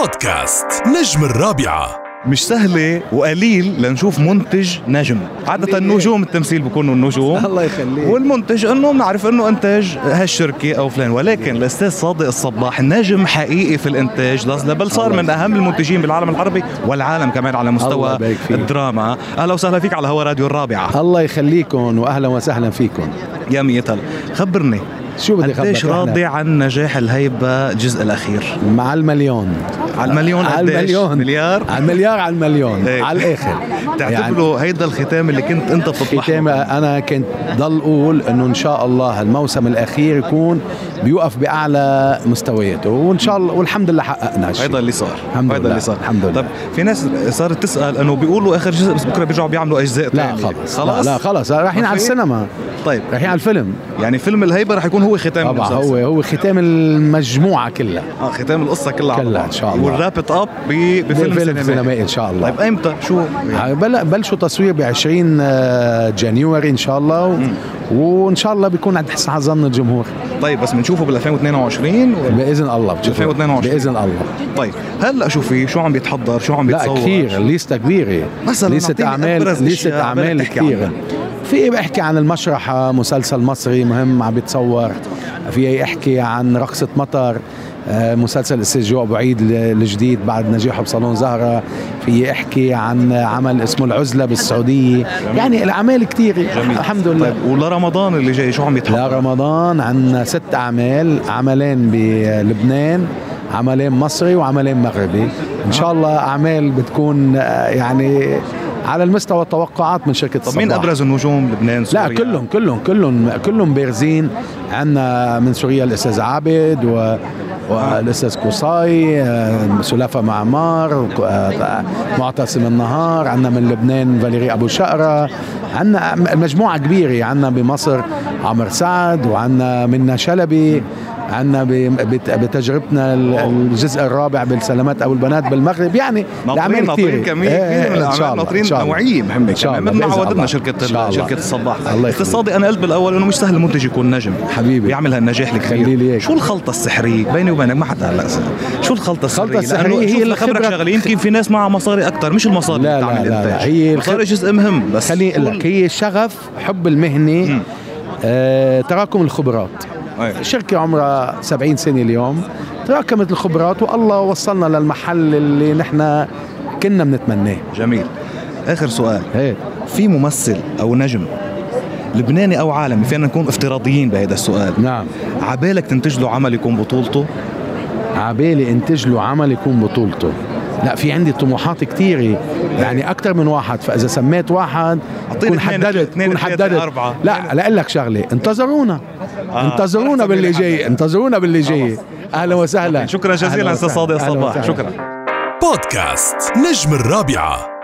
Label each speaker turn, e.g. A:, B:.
A: بودكاست نجم الرابعة
B: مش سهلة وقليل لنشوف منتج نجم عادة نجوم التمثيل بيكونوا النجوم
C: الله يخليك
B: والمنتج انه بنعرف انه انتاج هالشركه او فلان ولكن الاستاذ صادق الصباح نجم حقيقي في الانتاج لأصله بل صار من اهم المنتجين بالعالم العربي والعالم كمان على مستوى
C: الله يبارك فيك.
B: الدراما اهلا وسهلا فيك على هوا راديو الرابعه
C: الله يخليكم واهلا وسهلا فيكم
B: يا ميت هلا خبرني
C: شو بدي
B: قديش
C: اخبرك
B: راضي
C: إحنا؟
B: عن نجاح الهيبه الجزء الاخير
C: مع المليون
B: على المليون
C: على
B: قديش؟
C: المليون
B: مليار؟
C: على المليار على المليون
B: إيه.
C: على يعني الاخر
B: تعتبره هيدا الختام اللي كنت انت بتطمح له.
C: ختام انا كنت ضل اقول انه ان شاء الله الموسم الاخير يكون بيوقف باعلى مستوياته وان شاء الله والحمد لله حققنا هالشي.
B: هيدا اللي صار
C: الحمد
B: هيدا
C: لله.
B: اللي صار
C: الحمد لله.
B: طب في ناس صارت تسال انه بيقولوا اخر جزء بس بكره بيرجعوا بيعملوا اجزاء
C: لا
B: تانية.
C: خلص
B: خلاص
C: لا, لا خلص رايحين
B: ما
C: على
B: في؟
C: السينما
B: طيب
C: رايحين على الفيلم
B: يعني فيلم الهيبه رح يكون هو ختام
C: طبعا
B: المسلسل.
C: هو هو ختام المجموعه كلها
B: اه ختام القصه كلها على
C: كلها
B: بعض.
C: إن شاء الله.
B: والرابط اب ب- بفيلم
C: فيلم
B: سينمائي
C: سينمائي ان شاء الله
B: طيب امتى شو
C: بل- يعني بلشوا تصوير ب 20 آه، جانيوري ان شاء الله و... وان شاء الله بيكون عند حسن ظن الجمهور
B: طيب بس بنشوفه بال 2022 و-
C: باذن الله بتشوفوا.
B: 2022.
C: باذن الله
B: طيب هلا شو في شو عم بيتحضر شو عم
C: لا
B: بيتصور
C: كثير ليستا كبيره
B: مثلاً
C: ليست
B: أعطيني أبرز
C: اعمال ليست
B: أشياء بدك
C: اعمال
B: تحكي
C: كثيره
B: عنها.
C: في بحكي عن المشرح آه، مسلسل مصري مهم عم بيتصور في احكي عن رقصة مطر آه، مسلسل الاستاذ جو ابو عيد ال- الجديد بعد نجاحه بصالون زهره في احكي عن عمل اسمه العزله بالسعوديه يعني الاعمال كثيره
B: جميل.
C: الحمد لله
B: طيب ولرمضان اللي جاي شو عم يتحضر
C: لرمضان عندنا ست أعمال عملين بلبنان عملين مصري وعملين مغربي إن شاء الله أعمال بتكون آه، يعني على المستوى التوقعات من شركة
B: طب مين
C: الصباح.
B: ابرز النجوم لبنان سوريا
C: لا كلهم كلهم كلهم كلهم بارزين عندنا من سوريا الاستاذ عابد و والاستاذ قصاي آه، سلافه معمار آه، معتصم النهار عندنا من لبنان فاليري ابو شقره عندنا مجموعه كبيره عندنا بمصر عمر سعد وعندنا منا شلبي عندنا بتجربتنا ال- الجزء الرابع بالسلامات او البنات بالمغرب يعني
B: ناطرين
C: الأعمال
B: ناطرين
C: كتيرة.
B: كمية
C: إيه،
B: كبيرة من
C: إن شاء
B: الأعمال
C: الله،
B: ناطرين
C: إن شاء الله.
B: نوعية مهمة
C: إن شاء
B: كمان
C: الله،
B: بدنا
C: بإذن
B: عودتنا
C: الله.
B: شركة
C: إن شاء
B: ال-
C: الله.
B: شركة الصباح
C: الله
B: أستاذ
C: يخليك.
B: صادق أنا قلت بالأول إنه مش سهل المنتج يكون نجم
C: حبيبي.
B: بيعمل هالنجاح
C: خلي لي
B: الكبير
C: إياك.
B: شو الخلطة السحرية بيني وبينك ما حدا هلا سأل. شو الخلطة السحرية؟
C: الخلطة السحرية
B: لأنه
C: هي
B: شوف
C: اللي
B: لخبرك
C: خبرك-
B: شغلة يمكن في ناس معها مصاري أكثر مش المصاري
C: لا،
B: اللي بتعمل
C: لا، لا،
B: إنتاج.
C: لا، هي الخ-
B: المصاري جزء مهم بس
C: خليني اقول لك هي شغف حب المهنه آه، تراكم الخبرات
B: أي.
C: الشركة عمرها 70 سنة اليوم تراكمت الخبرات والله وصلنا للمحل اللي نحن كنا بنتمناه
B: جميل آخر سؤال
C: ايه
B: في ممثل أو نجم لبناني أو عالمي فينا نكون افتراضيين بهذا السؤال
C: نعم
B: عبالك تنتج له عمل يكون بطولته
C: عبالي انتج له عمل يكون بطولته لا في عندي طموحات كثيرة يعني أكثر من واحد فإذا سميت واحد
B: أعطيني
C: كون
B: اثنين،
C: حددت
B: اثنين،
C: كون
B: ثلاثة،
C: حددت
B: أربعة. آه.
C: لا لأقول لك شغلة انتظرونا انتظرونا
B: أحسن
C: باللي
B: من حدا.
C: جاي انتظرونا باللي جاي
B: خلاص.
C: أهلا وسهلا
B: شكرا
C: أهلا
B: جزيلا استاذ
C: وسهلا.
B: صادق
C: أهلا
B: صباح
C: وسهلا.
B: شكرا
A: بودكاست نجم الرابعه